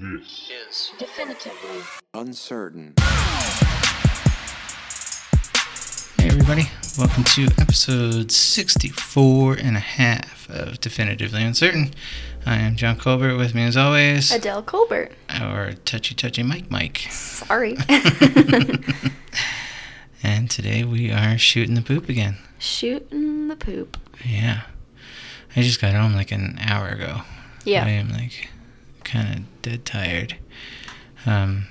Yes. Yes. Definitively. Uncertain. Hey everybody, welcome to episode 64 and a half of Definitively Uncertain. I am John Colbert, with me as always, Adele Colbert. our touchy touchy Mike Mike. Sorry. And today we are shooting the poop again. Shooting the poop. Yeah. I just got home like an hour ago. I Yeah. am like kind of dead tired. Um,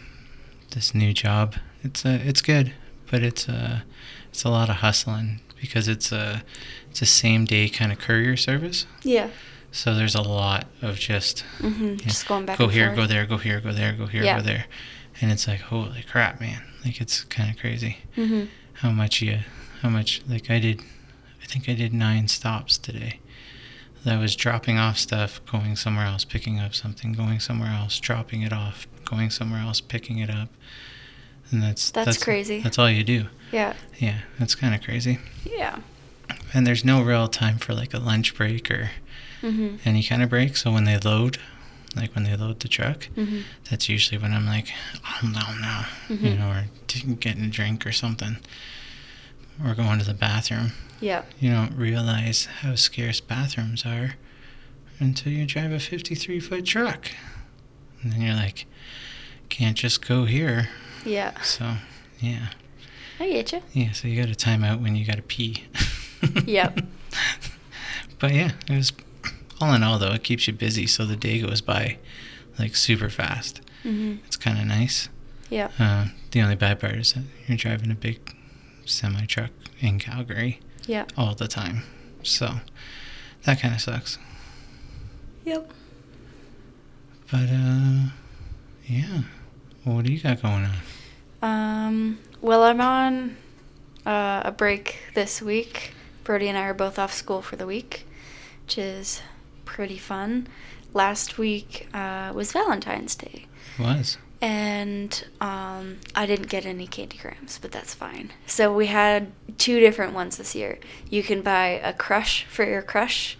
this new job, it's uh, it's good, but it's uh, it's a lot of hustling because it's a it's a same day kind of courier service. Yeah. So there's a lot of just hmm Just going back go and here, forth. go there, go here, go there, go here, Yeah. go there, and it's like holy crap, man! Like it's kind of crazy hmm how much you how much like I did. I think I did nine stops today. That was dropping off stuff, going somewhere else, picking up something, going somewhere else, dropping it off, going somewhere else, picking it up, and that's That's crazy. That's all you do. Yeah. Yeah, that's kind of crazy. Yeah. And there's no real time for like a lunch break or Mm-hmm. any kind of break. So when they load, like when they load the truck, Mm-hmm. that's usually when I'm like, oh no, no, you Mhm. know, or t- getting a drink or something, or going to the bathroom. Yeah. You don't realize how scarce bathrooms are until you drive a 53 foot truck. And then you're like, can't just go here. Yeah. So, yeah. I get you. Yeah, so you got to time out when you got to pee. Yep. But yeah, it was all in all though, it keeps you busy so the day goes by like super fast. hmm It's kind of nice. Yeah. Uh, the only bad part is that you're driving a big semi truck in Calgary Yeah. all the time. So that kind of sucks. Yep. But uh, yeah, what do you got going on? Um, well, I'm on uh, a break this week. Brody and I are both off school for the week, which is pretty fun. Last week uh, was Valentine's Day. Was and um, I didn't get any candy grams, but that's fine. So we had two different ones this year. You can buy a crush for your crush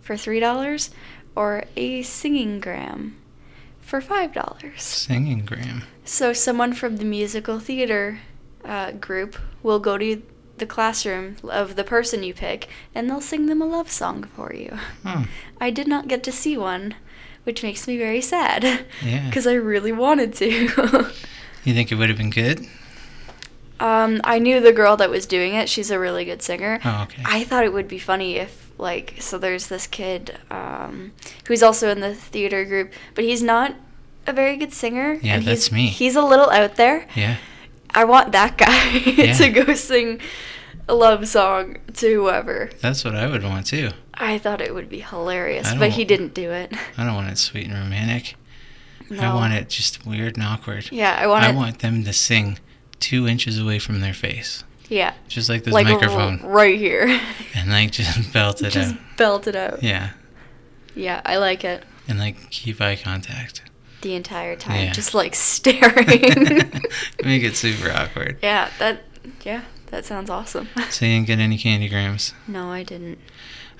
for three dollars, or a singing gram for five dollars. singing Graham. So someone from the musical theater uh, group will go to the classroom of the person you pick, and they'll sing them a love song for you. Hmm. I did not get to see one, which makes me very sad. Yeah. Because I really wanted to. You think it would have been good? um, I knew the girl that was doing it. She's a really good singer. Oh, okay. I thought it would be funny if, like, so there's this kid um, who's also in the theater group, but he's not a very good singer. Yeah, and he's- that's me. He's a little out there. Yeah. I want that guy Yeah. to go sing a love song to whoever. That's what I would want too. I thought it would be hilarious, I but he don't- didn't do it. I don't want it sweet and romantic. I No. want it just weird and awkward. Yeah, I want I it. want them to sing two inches away from their face, yeah, just like this like microphone, right here. and like just belt it Just out. belt it out. Yeah, Yeah, I like it and like keep eye contact. the entire time, Yeah. just like staring. Make it super awkward. yeah, that yeah, that sounds awesome. So you didn't get any candy grams. no, I didn't.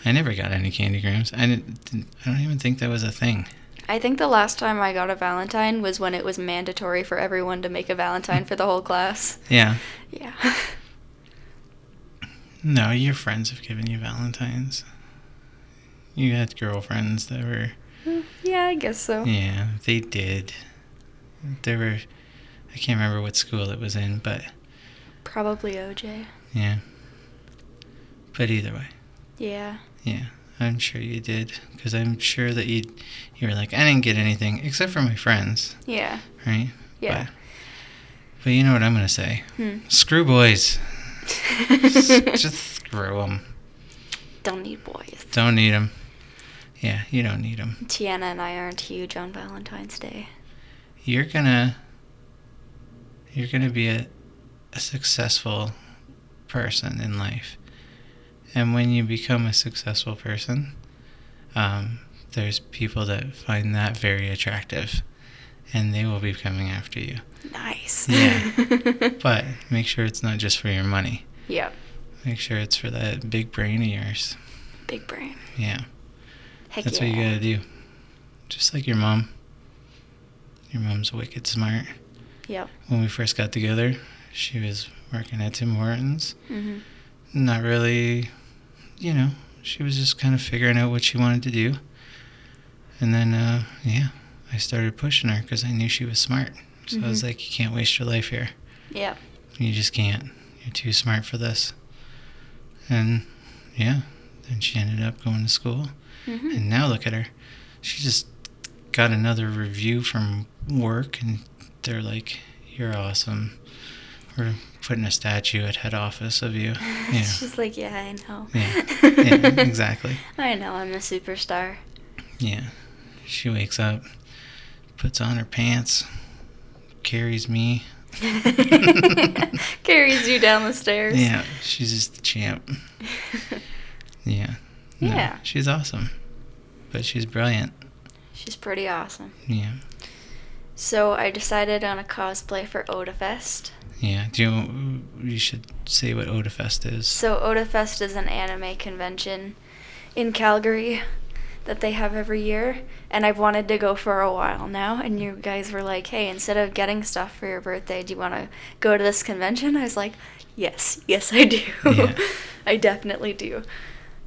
I never got any candy grams. I didn't. didn't- I don't even think that was a thing. I think the last time I got a Valentine was when it was mandatory for everyone to make a Valentine for the whole class. Yeah. Yeah. No, your friends have given you Valentines. You had girlfriends that were. yeah, I guess so. Yeah, they did. There were. I can't remember what school it was in, but Probably OJ. yeah. But either way, Yeah. yeah, I'm sure you did, because I'm sure that you, you were like, I didn't get anything except for my friends, Yeah. right? Yeah. But, but you know what I'm gonna say? Hmm. Screw boys. Just throw them. Don't need boys. Don't need them. Yeah, you don't need them. Tiana and I aren't huge on Valentine's Day. you're gonna you're gonna be a, a successful person in life and when you become a successful person um, there's people that find that very attractive and they will be coming after you Nice. Yeah. but make sure it's not just for your money yeah. make sure it's for that big brain of yours Big brain. yeah Heck that's yeah. what you gotta do just like your mom your Your mom's wicked smart. Yep. When we first got together, she was working at Tim Hortons. Mm-hmm. Not really, you know, she was just kind of figuring out what she wanted to do. And then, uh, yeah, I started pushing her because I knew she was smart. So I was Mhm. like, you can't waste your life here. Yep. You just can't. You're too smart for this. And yeah, then she ended up going to school. Mm-hmm. And now look at her. She just got another review from work, and they're like, "You're awesome." We're putting a statue at head office of you. Yeah, She's like, yeah, I know. Yeah. Yeah, exactly. I know, I'm a superstar. yeah. She wakes up, puts on her pants, carries me. Carries you down the stairs. Yeah, she's just the champ. Yeah. Yeah. She's awesome, but she's brilliant. She's pretty awesome. Yeah. So I decided on a cosplay for Odafest. Yeah. Do you? You should say what Odafest is. So Odafest is an anime convention in Calgary that they have every year, and I've wanted to go for a while now. And you guys were like, "Hey, instead of getting stuff for your birthday, do you want to go to this convention?" I was like, "Yes, yes, I do. Yeah. I definitely do."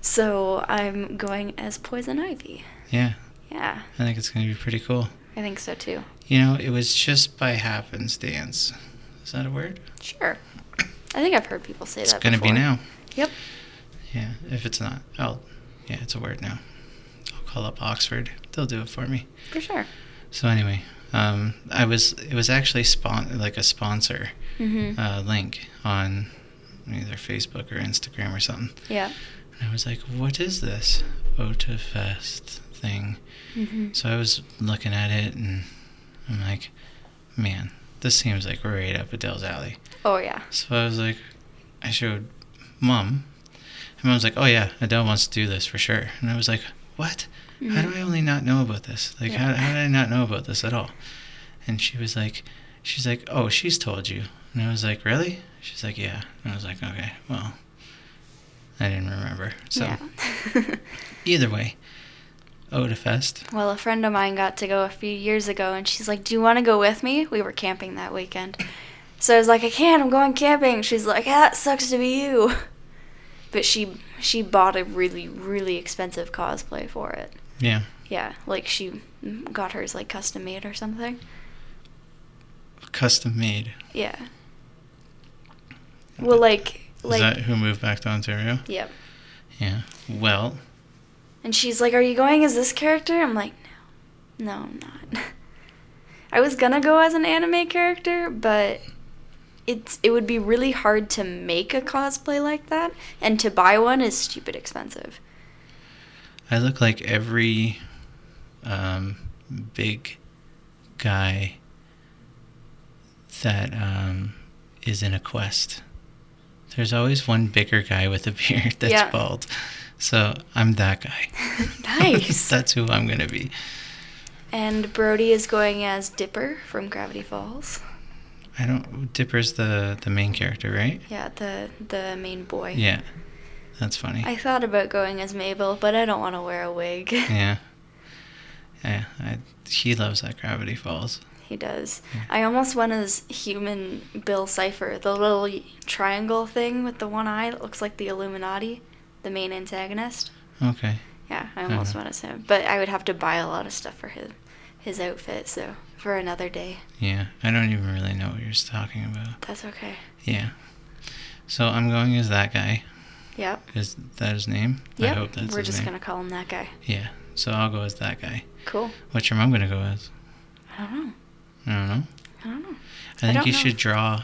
So I'm going as Poison Ivy. Yeah. Yeah, I think it's going to be pretty cool. I think so too. You know, it was just by happenstance. Is that a word? Sure. I think I've heard people say It's that. going to be before. now. Yep. Yeah, if it's not, I'll. Yeah, it's a word now. I'll call up Oxford. They'll do it for me. For sure. So anyway, um, I was. It was actually spon- like a sponsor Mhm. uh, link on either Facebook or Instagram or something. Yeah. And I was like, what is this Otafest thing? Mhm. So I was looking at it and I'm like, man, this seems like right up Adele's alley. Oh yeah. So I was like, I showed mom. And mom's like, oh yeah, Adele wants to do this for sure. And I was like, what? How do Mhm. I only not know about this? Like, Yeah. how, how did I not know about this at all? And she was like, she's like, oh, she's told you. And I was like, really? She's like, yeah. And I was like, okay, well, I didn't remember. So Yeah. either way, Odafest. well, a friend of mine got to go a few years ago, and she's like, "Do you want to go with me?" We were camping that weekend, so I was like, "I can't. I'm going camping." She's like, "That sucks to be you," but she she bought a really really expensive cosplay for it. Yeah. Yeah, like she got hers like custom made or something. Custom made. Yeah. Well, like Is like that who moved back to Ontario? yep. Yeah. Well, And she's like, Are you going as this character? I'm like, No. No, I'm not. I was gonna go as an anime character, but it's it would be really hard to make a cosplay like that, and to buy one is stupid expensive. I look like every um, big guy that um, is in a quest. There's always one bigger guy with a beard that's Yeah. bald. So I'm that guy. Nice. that's who I'm going to be. And Brody is going as Dipper from Gravity Falls. I don't. Dipper's the, the main character, right? Yeah, the the main boy. Yeah. That's funny. I thought about going as Mabel, but I don't want to wear a wig. yeah. Yeah. I, he loves that Gravity Falls. He does. Yeah. I almost went as human Bill Cipher, the little y- triangle thing with the one eye that looks like the Illuminati, the main antagonist. Okay. Yeah, I almost Mhm. went as him, but I would have to buy a lot of stuff for his his outfit, so for another day. Yeah. I don't even really know what you're talking about. That's okay. Yeah. So I'm going as that guy. Yep. Is that his name? Yep. I hope that's We're his just name. gonna call him that guy. Yeah. So I'll go as that guy. Cool. What's your mom gonna go as? I don't know. I don't know. I don't know. I I think don't you know. should draw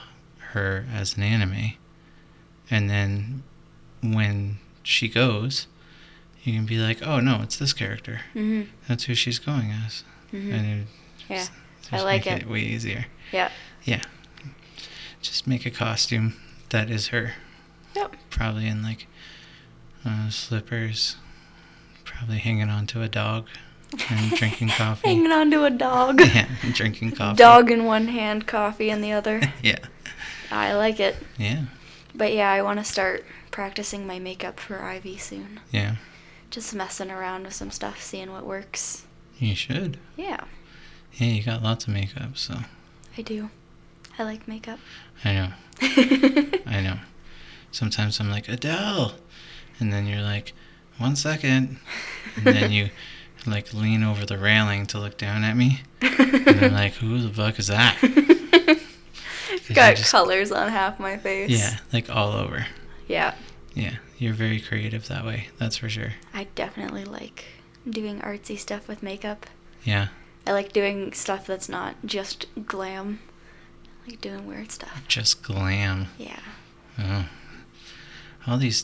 her as an anime, and then when she goes, you can be like, "Oh no, it's this character. Mhm. That's who she's going as." Mhm. And it Yeah. just- I just like make it. Way easier. Yep. Yeah. Just make a costume that is her. Yep. probably in like uh, slippers, probably hanging on to a dog and drinking coffee. Hanging on to a dog. Yeah, and drinking coffee. Dog in one hand, coffee in the other. yeah, I like it. yeah, But yeah, I want to start practicing my makeup for Ivy soon. yeah. Just messing around with some stuff, seeing what works. You should. Yeah. Yeah, you got lots of makeup, so I do. I like makeup. I know. I know. Sometimes I'm like, Adele! And then you're like, one second. And then you like lean over the railing to look down at me. And I'm like, who the fuck is that? 'Cause you Got just- colors on half my face. Yeah, like all over. Yeah. Yeah, you're very creative that way. That's for sure. I definitely like doing artsy stuff with makeup. Yeah, I like doing stuff that's not just glam. I like doing weird stuff. just glam. Yeah. Oh. All these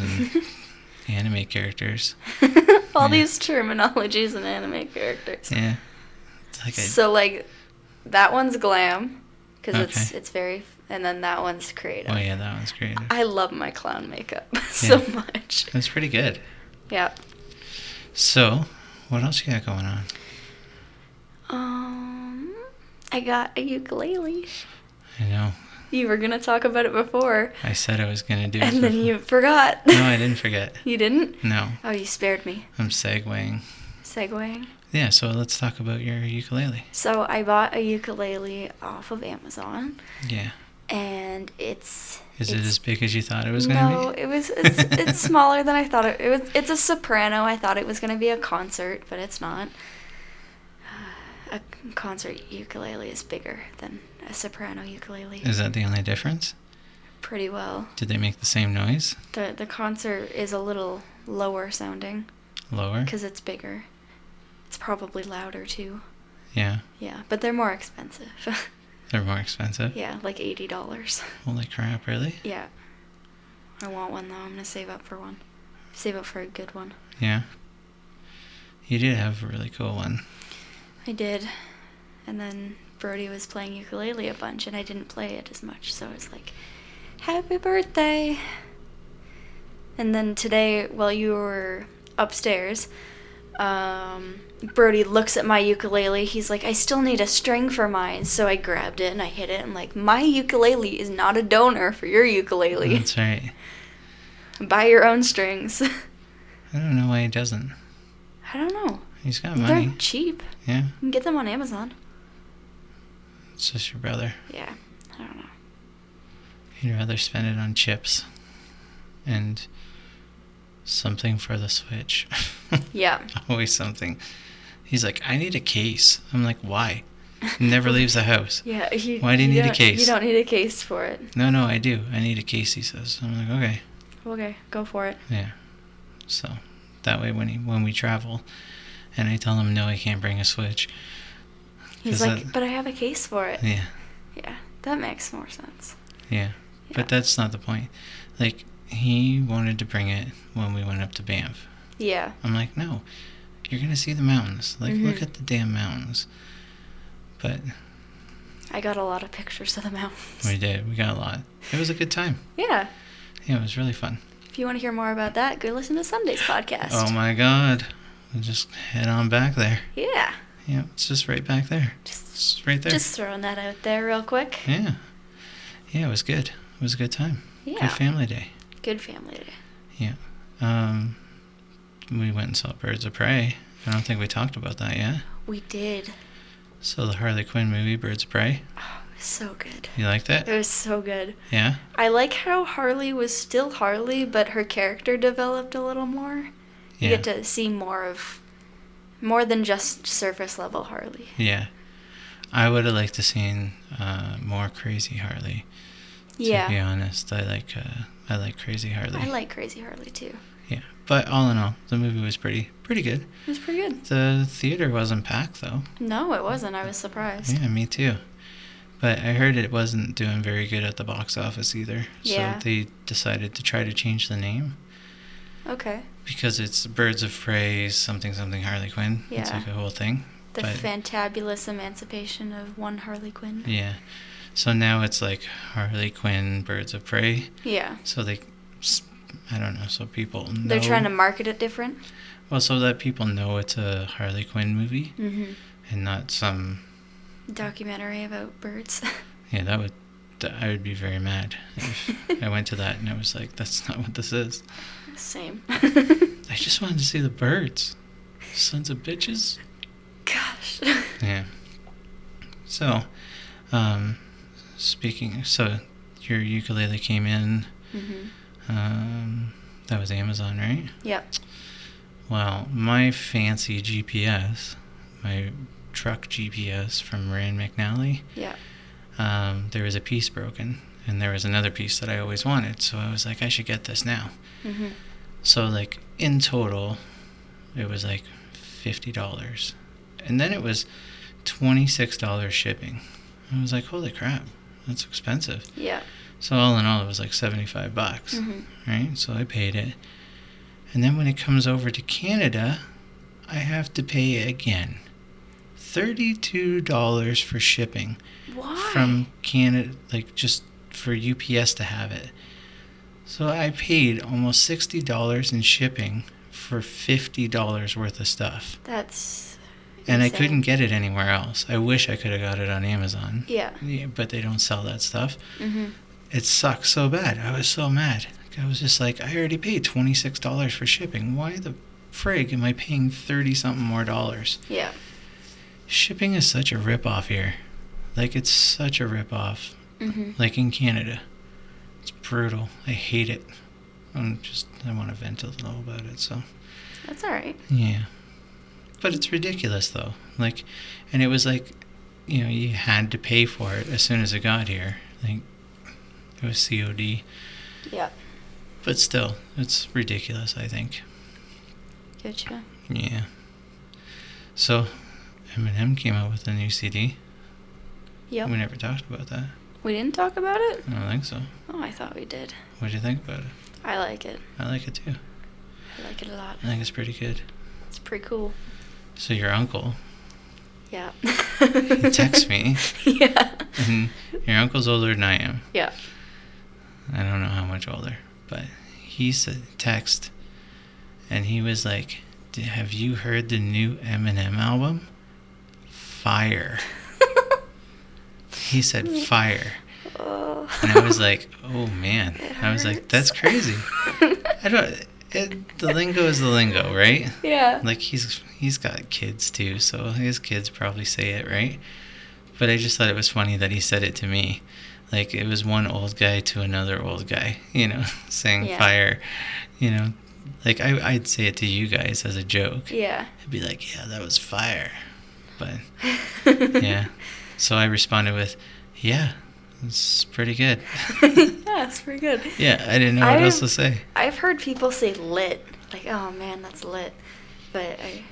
and anime characters. All Yeah. these terminologies and anime characters. Yeah. It's like I, So like that one's glam cuz it's Okay. it's very and then that one's creative. oh yeah, that one's creative. I love my clown makeup so much. That's pretty good. Yeah. So, what else you got going on? Um I got a ukulele. I know. You were going to talk about it before I said I was gonna do. it and then before- you forgot. No, I didn't forget. you didn't? No, Oh, you spared me. I'm segueing. Segwaying. Yeah. So let's talk about your ukulele. So I bought a ukulele off of Amazon, Yeah. and it's. Is it it's- as big as you thought it was gonna No, be? it was. It's, it's smaller than I thought it, it was. It's a soprano. I thought it was gonna be a concert, but it's not. A concert ukulele is bigger than a soprano ukulele. Is that the only difference? Pretty well. Did they make the same noise? The the concert is a little lower sounding Lower. because it's bigger. It's probably louder too. Yeah. Yeah, but they're more expensive. They're more expensive. yeah, like eighty dollars. Holy crap! Really? Yeah. I want one though. I'm gonna save up for one. Save up for a good one. Yeah. You did have a really cool one. I did. And then Brody was playing ukulele a bunch and I didn't play it as much, so I was like, Happy birthday! And then today, while you were upstairs, um, Brody looks at my ukulele. He's like, I still need a string for mine. So I grabbed it and I hit it. and like, my ukulele is not a donor for your ukulele. That's right. Buy your own strings. I don't know why he doesn't. I don't know. He's got money. They're cheap. Yeah. You can get them on Amazon. It's just your brother. Yeah, I don't know. He'd rather spend it on chips and something for the Switch. Yeah. Always something. He's like, I need a case. I'm like, why? Never leaves the house. Yeah. He, Why do you need a don't- You case? don't need a case for it. No, no, I do. I need a case, he says. I'm like, okay. Okay, go for it. Yeah. So that way when he, when we travel and I tell him no I can't bring a switch. He's Is like, that- but I have a case for it. Yeah. Yeah, that makes more sense. Yeah. Yeah. But that's not the point. Like he wanted to bring it when we went up to Banff. Yeah. I'm like, no, you're gonna see the mountains. Like, Mhm. look at the damn mountains. But I got a lot of pictures of the mountains. we did. We got a lot. It was a good time. Yeah. Yeah, it was really fun. If you want to hear more about that, go listen to Sunday's podcast. Oh my god, we just head on back there. Yeah. Yeah, it's just right back there. Just, It's just right there. just throwing that out there real quick. yeah, yeah, it was good. It was a good time. Yeah. Good family day. Good family day. Yeah. Um, we went and saw Birds of Prey. I don't think we talked about that yet. We did. So the Harley Quinn movie, Birds of Prey. Oh, it was so good. You liked it? It was so good. Yeah. I like how Harley was still Harley, but her character developed a little more. You Yeah. get to see more of, more than just surface level Harley. Yeah. I would have liked to seen uh, more Crazy Harley. To be Yeah, honest, I like uh, I like Crazy Harley. I like Crazy Harley too. Yeah, but all in all, the movie was pretty pretty good. It was pretty good. The theater wasn't packed though. No, it wasn't. I was surprised. Yeah, me too. But I heard it wasn't doing very good at the box office either. Yeah. So they decided to try to change the name Okay, because it's Birds of Prey something something Harley Quinn. It's Yeah. like a whole thing. the But- fantabulous emancipation of one Harley Quinn. Yeah. So now it's like Harley Quinn, Birds of Prey. Yeah. So they, s- I don't know. So people know, They're trying to market it different. well, so that people know it's a Harley Quinn movie Mm-hmm. and not some. Documentary about birds. Yeah, that would. th- I would be very mad if I went to that and I was like, "That's not what this is." Same. I just wanted to see the birds, sons of bitches. Gosh. Yeah. So, um, speaking, so your ukulele came in. hmm Um, that was Amazon, right? Yep. Well, my fancy GPS, my truck GPS from Rand McNally, Yep. um, there was a piece broken, and there was another piece that I always wanted. So I was like, I should get this now. hmm So like in total, it was like fifty dollars, and then it was twenty six dollars shipping. I was like, holy crap, that's expensive. Yep. So all in all, it was like seventy five bucks, hmm right? So I paid it, and then when it comes over to Canada, I have to pay again. $32 for shipping Why? from Canada, like just for UPS to have it. So I paid almost sixty dollars in shipping for fifty dollars worth of stuff, That's. and I insane. couldn't get it anywhere else. I wish I could have got it on Amazon. Yeah. Yeah, but they don't sell that stuff. hmm It sucks so bad. I was so mad. I was just like, I already paid twenty six dollars for shipping. Why the frig am I paying thirty something more dollars? Yeah. Shipping is such a rip off here. Like it's such a rip off hmm like in Canada. It's brutal. I hate it. I'm just I want to vent a little about it. So That's all right. yeah, but it's ridiculous though. Like, and it was like, you know, you had to pay for it as soon as it got here. Like it was COD, Yep. but still, it's ridiculous. I think. Gotcha. Yeah. So, Eminem came out with a new CD. Yep. We never talked about that. We didn't talk about it? I don't think so. Oh, I thought we did. What do you think about it? I like it. I like it too. I like it a lot. I think it's pretty good. It's pretty cool. So your uncle, Yeah. He texts me. Yeah. and your uncle's older than I am. Yeah. I don't know how much older, but he said text, and he was like, "D- "Have you heard the new Eminem album? Fire." He said, "Fire," Oh. and I was like, "Oh man!" It I was like, hurts. "That's crazy." I don't. It, the lingo is the lingo, right? Yeah. Like he's he's got kids too, so his kids probably say it right. But I just thought it was funny that he said it to me. Like it was one old guy to another old guy, you know, saying Yeah. fire, you know. Like I I'd say it to you guys as a joke. Yeah. I'd be like, "Yeah, that was fire." But yeah. so I responded with, "Yeah, it's pretty good." yeah, it's pretty good. yeah, I didn't know what else I've- to say. I've heard people say lit, like, oh man, that's lit. But I,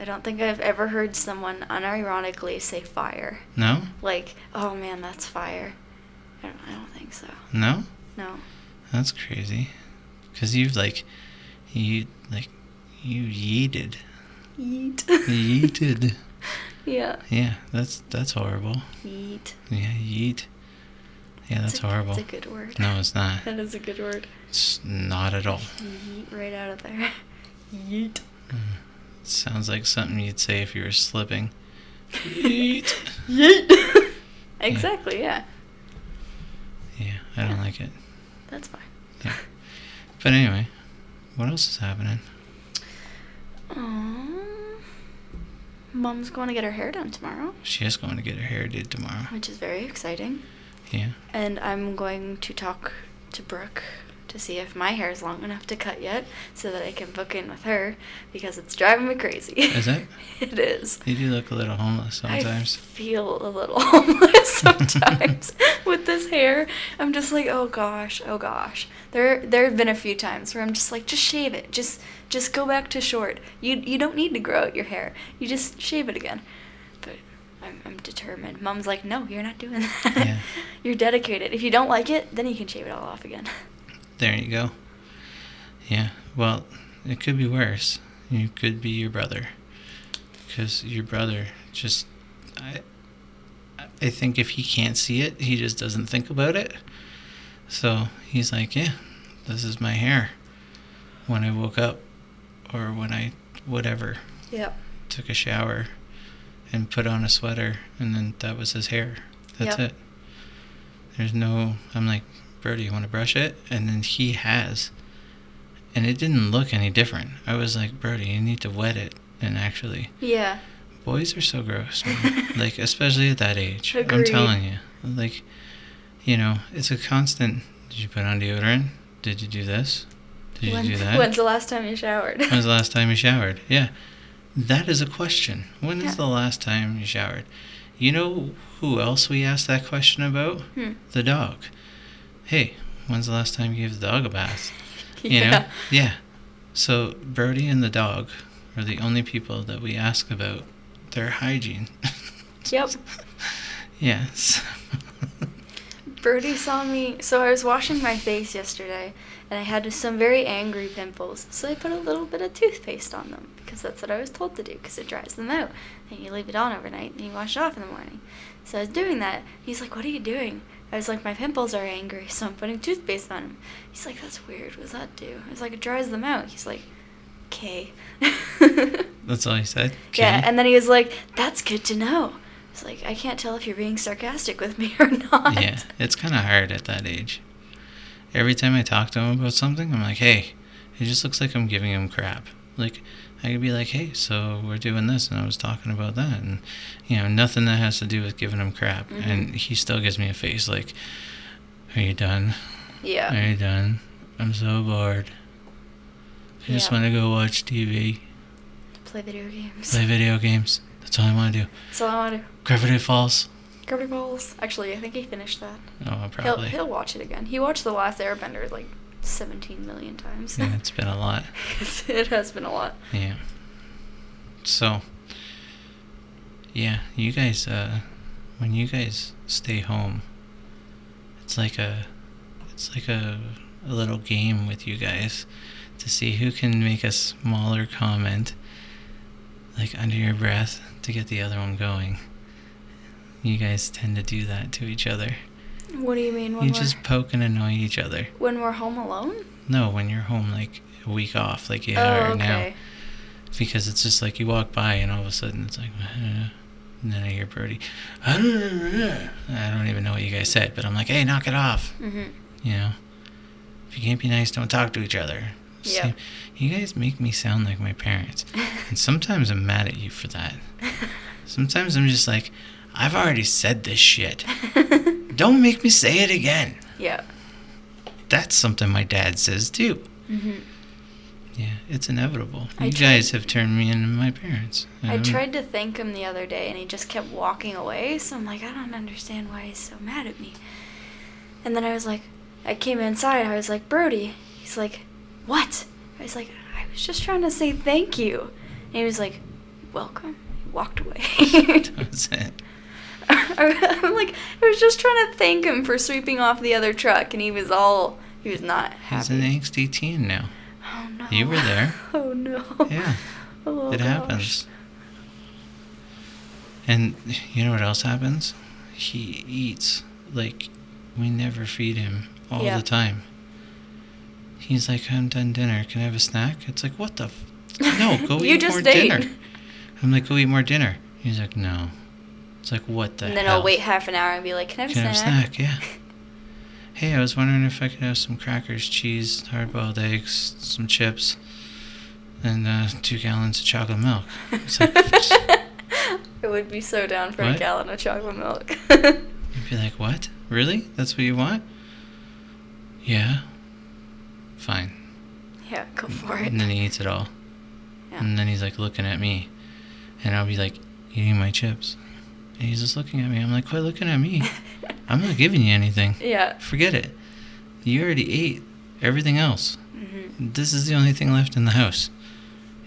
I don't think I've ever heard someone unironically say fire. No? Like, oh man, that's fire. I don't, I don't think so. No? No. That's crazy. Cause you've like, you like, you yeeted, Yeet. yeeted. yeah. Yeah, that's that's horrible. Yeet. Yeah, yeet. Yeah, that's a, horrible. That's a good word. No, it's not. That is a good word. It's not at all. Yeet right out of there. Yeet. Mm. It sounds like something you'd say if you were slipping. Yeet. Yeet. exactly, yeah. Yeah, I don't Yeah. like it. That's fine. Yeah. But anyway, what else is happening? Um, Mom's going to get her hair done tomorrow, She is going to get her hair did tomorrow. which is very exciting. Yeah. And I'm going to talk to Brooke to see if my hair is long enough to cut yet so that I can book in with her because it's driving me crazy. Is it? it is. You do look a little homeless sometimes. I feel a little homeless sometimes with this hair. I'm just like, oh gosh, oh gosh. There, there have been a few times where I'm just like, just shave it. Just, just go back to short. You, you don't need to grow out your hair. You just shave it again. But I'm, I'm determined. Mom's like, no, you're not doing that. Yeah. You're dedicated. If you don't like it, then you can shave it all off again. There you go. Yeah. Well, it could be worse. You could be your brother, because your brother just, I, I think if he can't see it, he just doesn't think about it. So he's like, yeah, this is my hair. When I woke up, or when I whatever Yep. took a shower, and put on a sweater, and then that was his hair. That's Yep. it. There's no. I'm like, bro, do you want to brush it? And then he has. And it didn't look any different. I was like, Brody, you need to wet it and actually Yeah. boys are so gross. man. like especially at that age. I'm Agreed. telling you. Like you know, it's a constant did you put on deodorant? Did you do this? Did you When- do that? When's the last time you showered? When was the last time you showered? Yeah. That is a question. When is Yeah. the last time you showered? You know who else we asked that question about? Hmm. The dog. Hey, when's the last time you gave the dog a bath? You know? Yeah. So Brody and the dog are the only people that we ask about their hygiene. Yep. Yes. Brody saw me. So I was washing my face yesterday, and I had some very angry pimples. So I put a little bit of toothpaste on them because that's what I was told to do because it dries them out. And you leave it on overnight, and you wash it off in the morning. So I was doing that. He's like, "What are you doing?" I was like, "My pimples are angry, so I'm putting toothpaste on them." He's like, "That's weird. What's that do?" I was like, "It dries them out." He's like, "Okay." That's all he said. Yeah, Okay. and then he was like, "That's good to know." It's like I can't tell if you're being sarcastic with me or not. Yeah, it's kind of hard at that age. Every time I talk to him about something, I'm like, hey, it just looks like I'm giving him crap. Like, I could be like, hey, so we're doing this, and I was talking about that, and, you know, nothing that has to do with giving him crap. Mhm. And he still gives me a face like, are you done? Yeah. Are you done? I'm so bored. I just Yeah. want to go watch TV, Play video games. play video games. That's all I want to do. So I want to Gravity Falls. Gravity Falls. Actually, I think he finished that. Oh, probably. He'll he'll watch it again. He watched the last Airbender like 17 million times. yeah, it's been a lot. it has been a lot. Yeah. So, yeah, you guys, uh, when you guys stay home, it's like a, it's like a, a little game with you guys to see who can make a smaller comment, like under your breath, to get the other one going. You guys tend to do that to each other. What do you mean? When you we're, just poke and annoy each other. when we're home alone? No, when you're home, like a week off, like you are oh, now okay. because it's just like you walk by and all of a sudden it's like and then I hear Brody I don't even know what you guys said but I'm like hey knock it off Mhm. you know if you can't be nice don't talk to each other Yeah. Same- you guys make me sound like my parents and sometimes I'm mad at you for that sometimes I'm just like I've already said this shit don't make me say it again yeah. that's something my dad says too Mhm. yeah it's inevitable I you tried- guys have turned me into my parents I Um, tried to thank him the other day and he just kept walking away. So I'm like, I don't understand why he's so mad at me. And then I was like, I came inside. I was like, Brody. He's like, What? I was like, I was just trying to say thank you. And he was like, Welcome. He walked away. that's it I'm like, I was just trying to thank him for sweeping off the other truck. And he was all, he was not He's happy. an angsty teen now. Oh no. You were there. oh no. Yeah, Oh, it gosh. happens. And you know what else happens? He eats like we never feed him all Yeah. the time. He's like, I'm done dinner. Can I have a snack? It's like, what the? F- no, go You eat just more ate. dinner. I'm like, go eat more dinner. He's like, no. It's like, what the? and then hell? I'll wait half an hour and be like, "Can I have Can I a have a snack?" snack? Yeah. Hey, I was wondering if I could have some crackers, cheese, hard-boiled eggs, some chips, and uh, two gallons of chocolate milk. It's like, I would be so down for a What? gallon of chocolate milk. you'd be like, "What? Really? That's what you want?" Yeah. Fine. yeah, go for it. And then he eats it all, yeah. and then he's like looking at me, and I'll be like eating my chips, and he's just looking at me. I'm like, "Quit looking at me. I'm not giving you anything. yeah. Forget it. You already ate everything else." Mm-hmm. This is the only thing left in the house.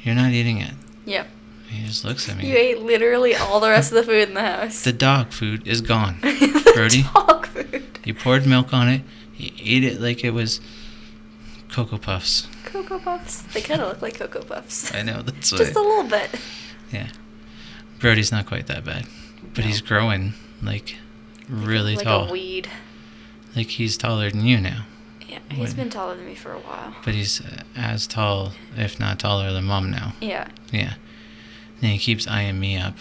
You're not eating it. Yep. He just looks at me. You ate literally all the rest of the food in the house. The dog food is gone. The Brody. dog food. You poured milk on it. You ate it like it was Cocoa Puffs. Cocoa Puffs. They kind of look like Cocoa Puffs. I know, that's what. Just a little bit. yeah. Brody's not quite that bad, but No. he's growing like really like tall. a weed. Like he's taller than you now, Yeah, he's Weed. been taller than me for a while. but he's uh, as tall, if not taller, than mom now. yeah. Yeah. And he keeps eyeing me up,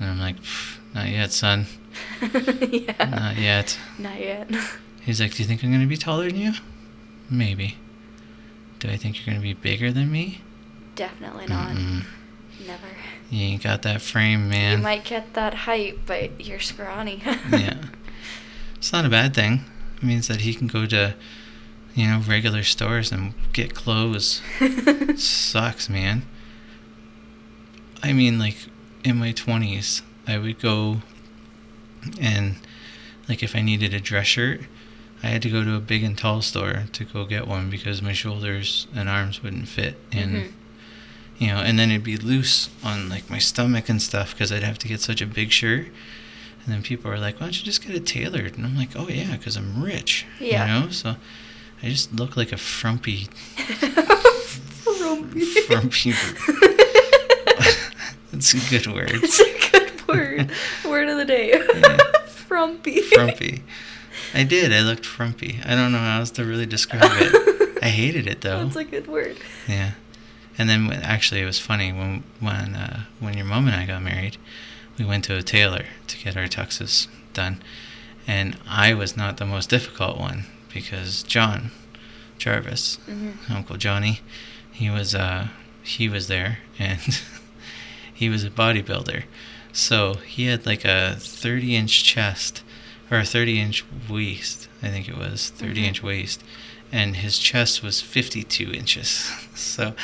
and I'm like, "Pff, not yet, son. yeah. Not yet. Not yet. He's like, Do you think I'm going to be taller than you? Maybe. Do I think you're going to be bigger than me? Definitely not. Mm-mm. Never. You ain't got that frame, man. You might get that height, but you're scrawny. yeah. It's not a bad thing. It means that he can go to, you know, regular stores and get clothes. Sucks, man. I mean, like, in my 20s, I would go and, like, if I needed a dress shirt, I had to go to a big and tall store to go get one because my shoulders and arms wouldn't fit. And, Mhm. you know, and then it'd be loose on, like, my stomach and stuff because I'd have to get such a big shirt. And then people are like, why don't you just get it tailored? And I'm like, oh, yeah, because I'm rich. Yeah. You know? So I just look like a frumpy, Frumpy. frumpy. That's a good word. It's a good word. Word of the day. Yeah. Frumpy. frumpy. I did. I looked frumpy. I don't know how else to really describe it. I hated it though. That's a good word. yeah. And then when, actually, it was funny when when uh, when your mom and I got married, we went to a tailor to get our tuxes done, and I was not the most difficult one because John Jarvis, Mhm. Uncle Johnny, he was uh he was there and he was a bodybuilder. So he had like a 30 inch chest or a 30 inch waist, I think it was 30 inch Mhm. waist, and his chest was 52 inches. So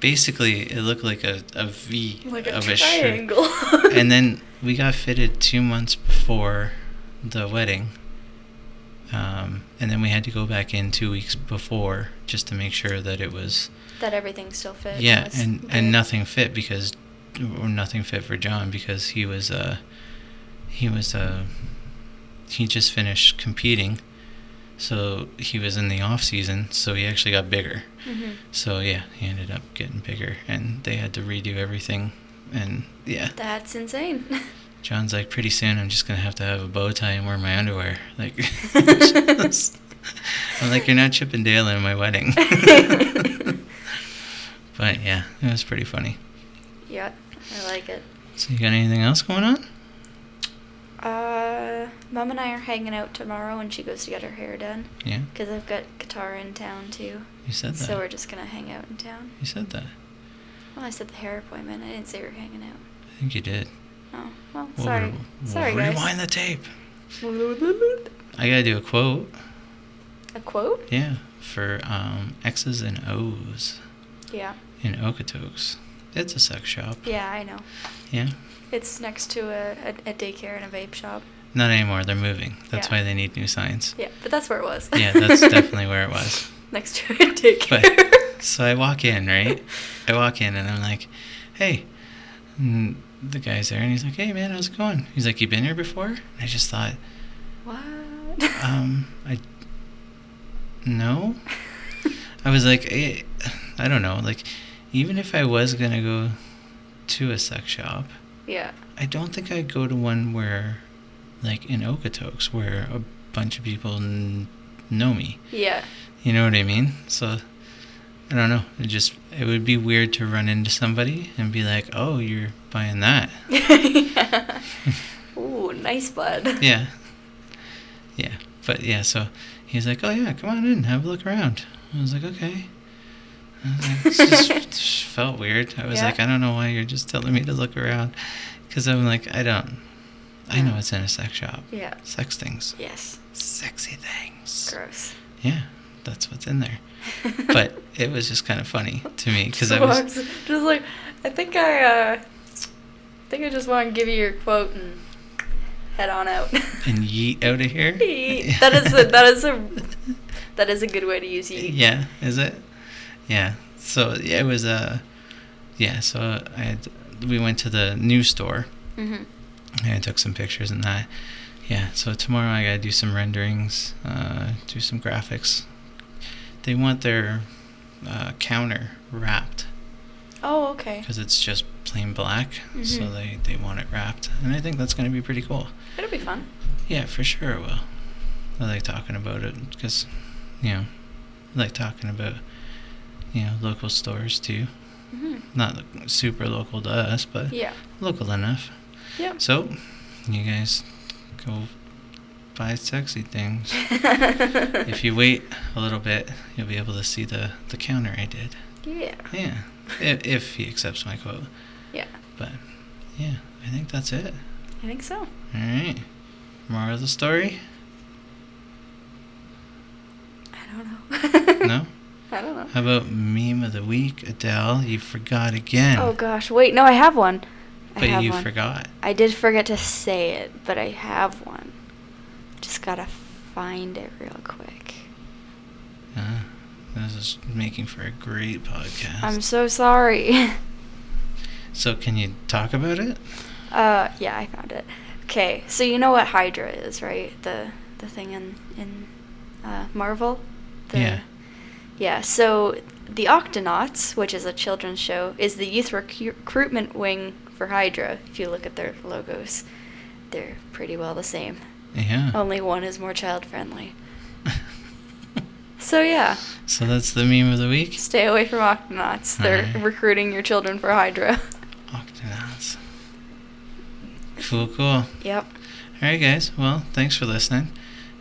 basically, it looked like a, a V Like a of a shirt. triangle. and then we got fitted two months before the wedding. Um, and then we had to go back in two weeks before just to make sure that it was that everything still fits. yeah, was and good. and nothing fit because or nothing fit for John because he was uh he was uh he just finished competing. So he was in the off season, so he actually got bigger. Mhm. So yeah, he ended up getting bigger and they had to redo everything and yeah. That's insane. John's like pretty soon I'm just going to have to have a bow tie and wear my underwear. Like I'm like you're not Chippendale in my wedding. but yeah, it was pretty funny. yeah, I like it. So you got anything else going on? Uh, mom and I are hanging out tomorrow, and she goes to get her hair done Yeah. because I've got guitar in town too. You said that. So we're just gonna hang out in town. You said that. Well, I said the hair appointment. I didn't say we were hanging out. I think you did. Oh, well, We'll sorry, re- we'll sorry, guys. Rewind the tape. I gotta do a quote. A quote? Yeah, for um, X's and O's Yeah. in Okotoks. It's a sex shop. Yeah, I know. Yeah. It's next to a, a, a daycare and a vape shop. Not anymore. They're moving. That's Yeah. why they need new signs. Yeah, but that's where it was. Yeah, that's definitely where it was. next to a daycare. So I walk in, right? I walk in and I'm like, hey. And the guy's there and he's like, hey, man, how's it going? He's like, you been here before? And I just thought, What? um, I. No? I was like, I, I don't know. Like, even if I was gonna go to a sex shop, yeah. I don't think I'd go to one where, like in Okotoks, where a bunch of people n- know me. Yeah. You know what I mean? So, I don't know. It just it would be weird to run into somebody and be like, "Oh, you're buying that." yeah. Ooh, nice bud. yeah. Yeah. But yeah, so he's like, Oh yeah, come on in, have a look around. I was like, Okay. I was like, It just, it just felt weird. I was Yeah. like, I don't know why you're just telling me to look around, because I'm like, I don't. I know Yeah. it's in a sex shop. Yeah. Sex things. Yes. Sexy things. Gross. Yeah, that's what's in there. But it was just kind of funny to me because I Just was. walks- just like I think I uh, I think I just want to give you your quote and head on out. And yeet out of here. Yeet. That is a- that is a- that is a good way to use yeet. Yeah, is it? Yeah. So yeah, it was uh, yeah. So I had, we went to the new store Mm-hmm. and I took some pictures and that. Yeah. So tomorrow I gotta do some renderings, uh, do some graphics. They want their uh, counter wrapped Oh, okay. because it's just plain black, so Mhm. they they want it wrapped, and I think that's gonna be pretty cool. It'll be fun. Yeah, for sure it will. I like talking about it because, you know, I like talking about, you know, local stores too. hmm Not super local to us, but Yeah. local enough. Yeah. So, you guys go buy sexy things. if you wait a little bit, you'll be able to see the, the counter I did. Yeah. Yeah. If, if he accepts my quote. Yeah. But yeah, I think that's it. I think so. All right. Moral of the story? I don't know. No? I don't know. How about meme of the week, Adele? You forgot again. Oh gosh, wait, no, I have one. I But have you one. forgot. I did forget to say it, but I have one. Just gotta find it real quick. Uh, this is making for a great podcast. I'm so sorry. So can you talk about it? Uh, yeah, I found it. Okay, so you know what Hydra is, right? The the thing in in uh, Marvel. The, Yeah. Yeah. So the Octonauts, which is a children's show, is the youth recu- recruitment wing for Hydra. If you look at their logos, they're pretty well the same. Yeah. Only one is more child friendly. So yeah, So that's the meme of the week. stay away from Octonauts. They're Alright. recruiting your children for Hydra. Octonauts. Cool, cool. All yep. right, guys. Well, thanks for listening,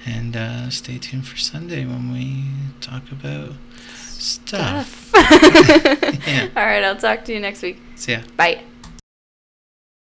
and uh, stay tuned for Sunday when we talk about stuff. Tough. Yeah. All right, I'll talk to you next week. See ya. Bye.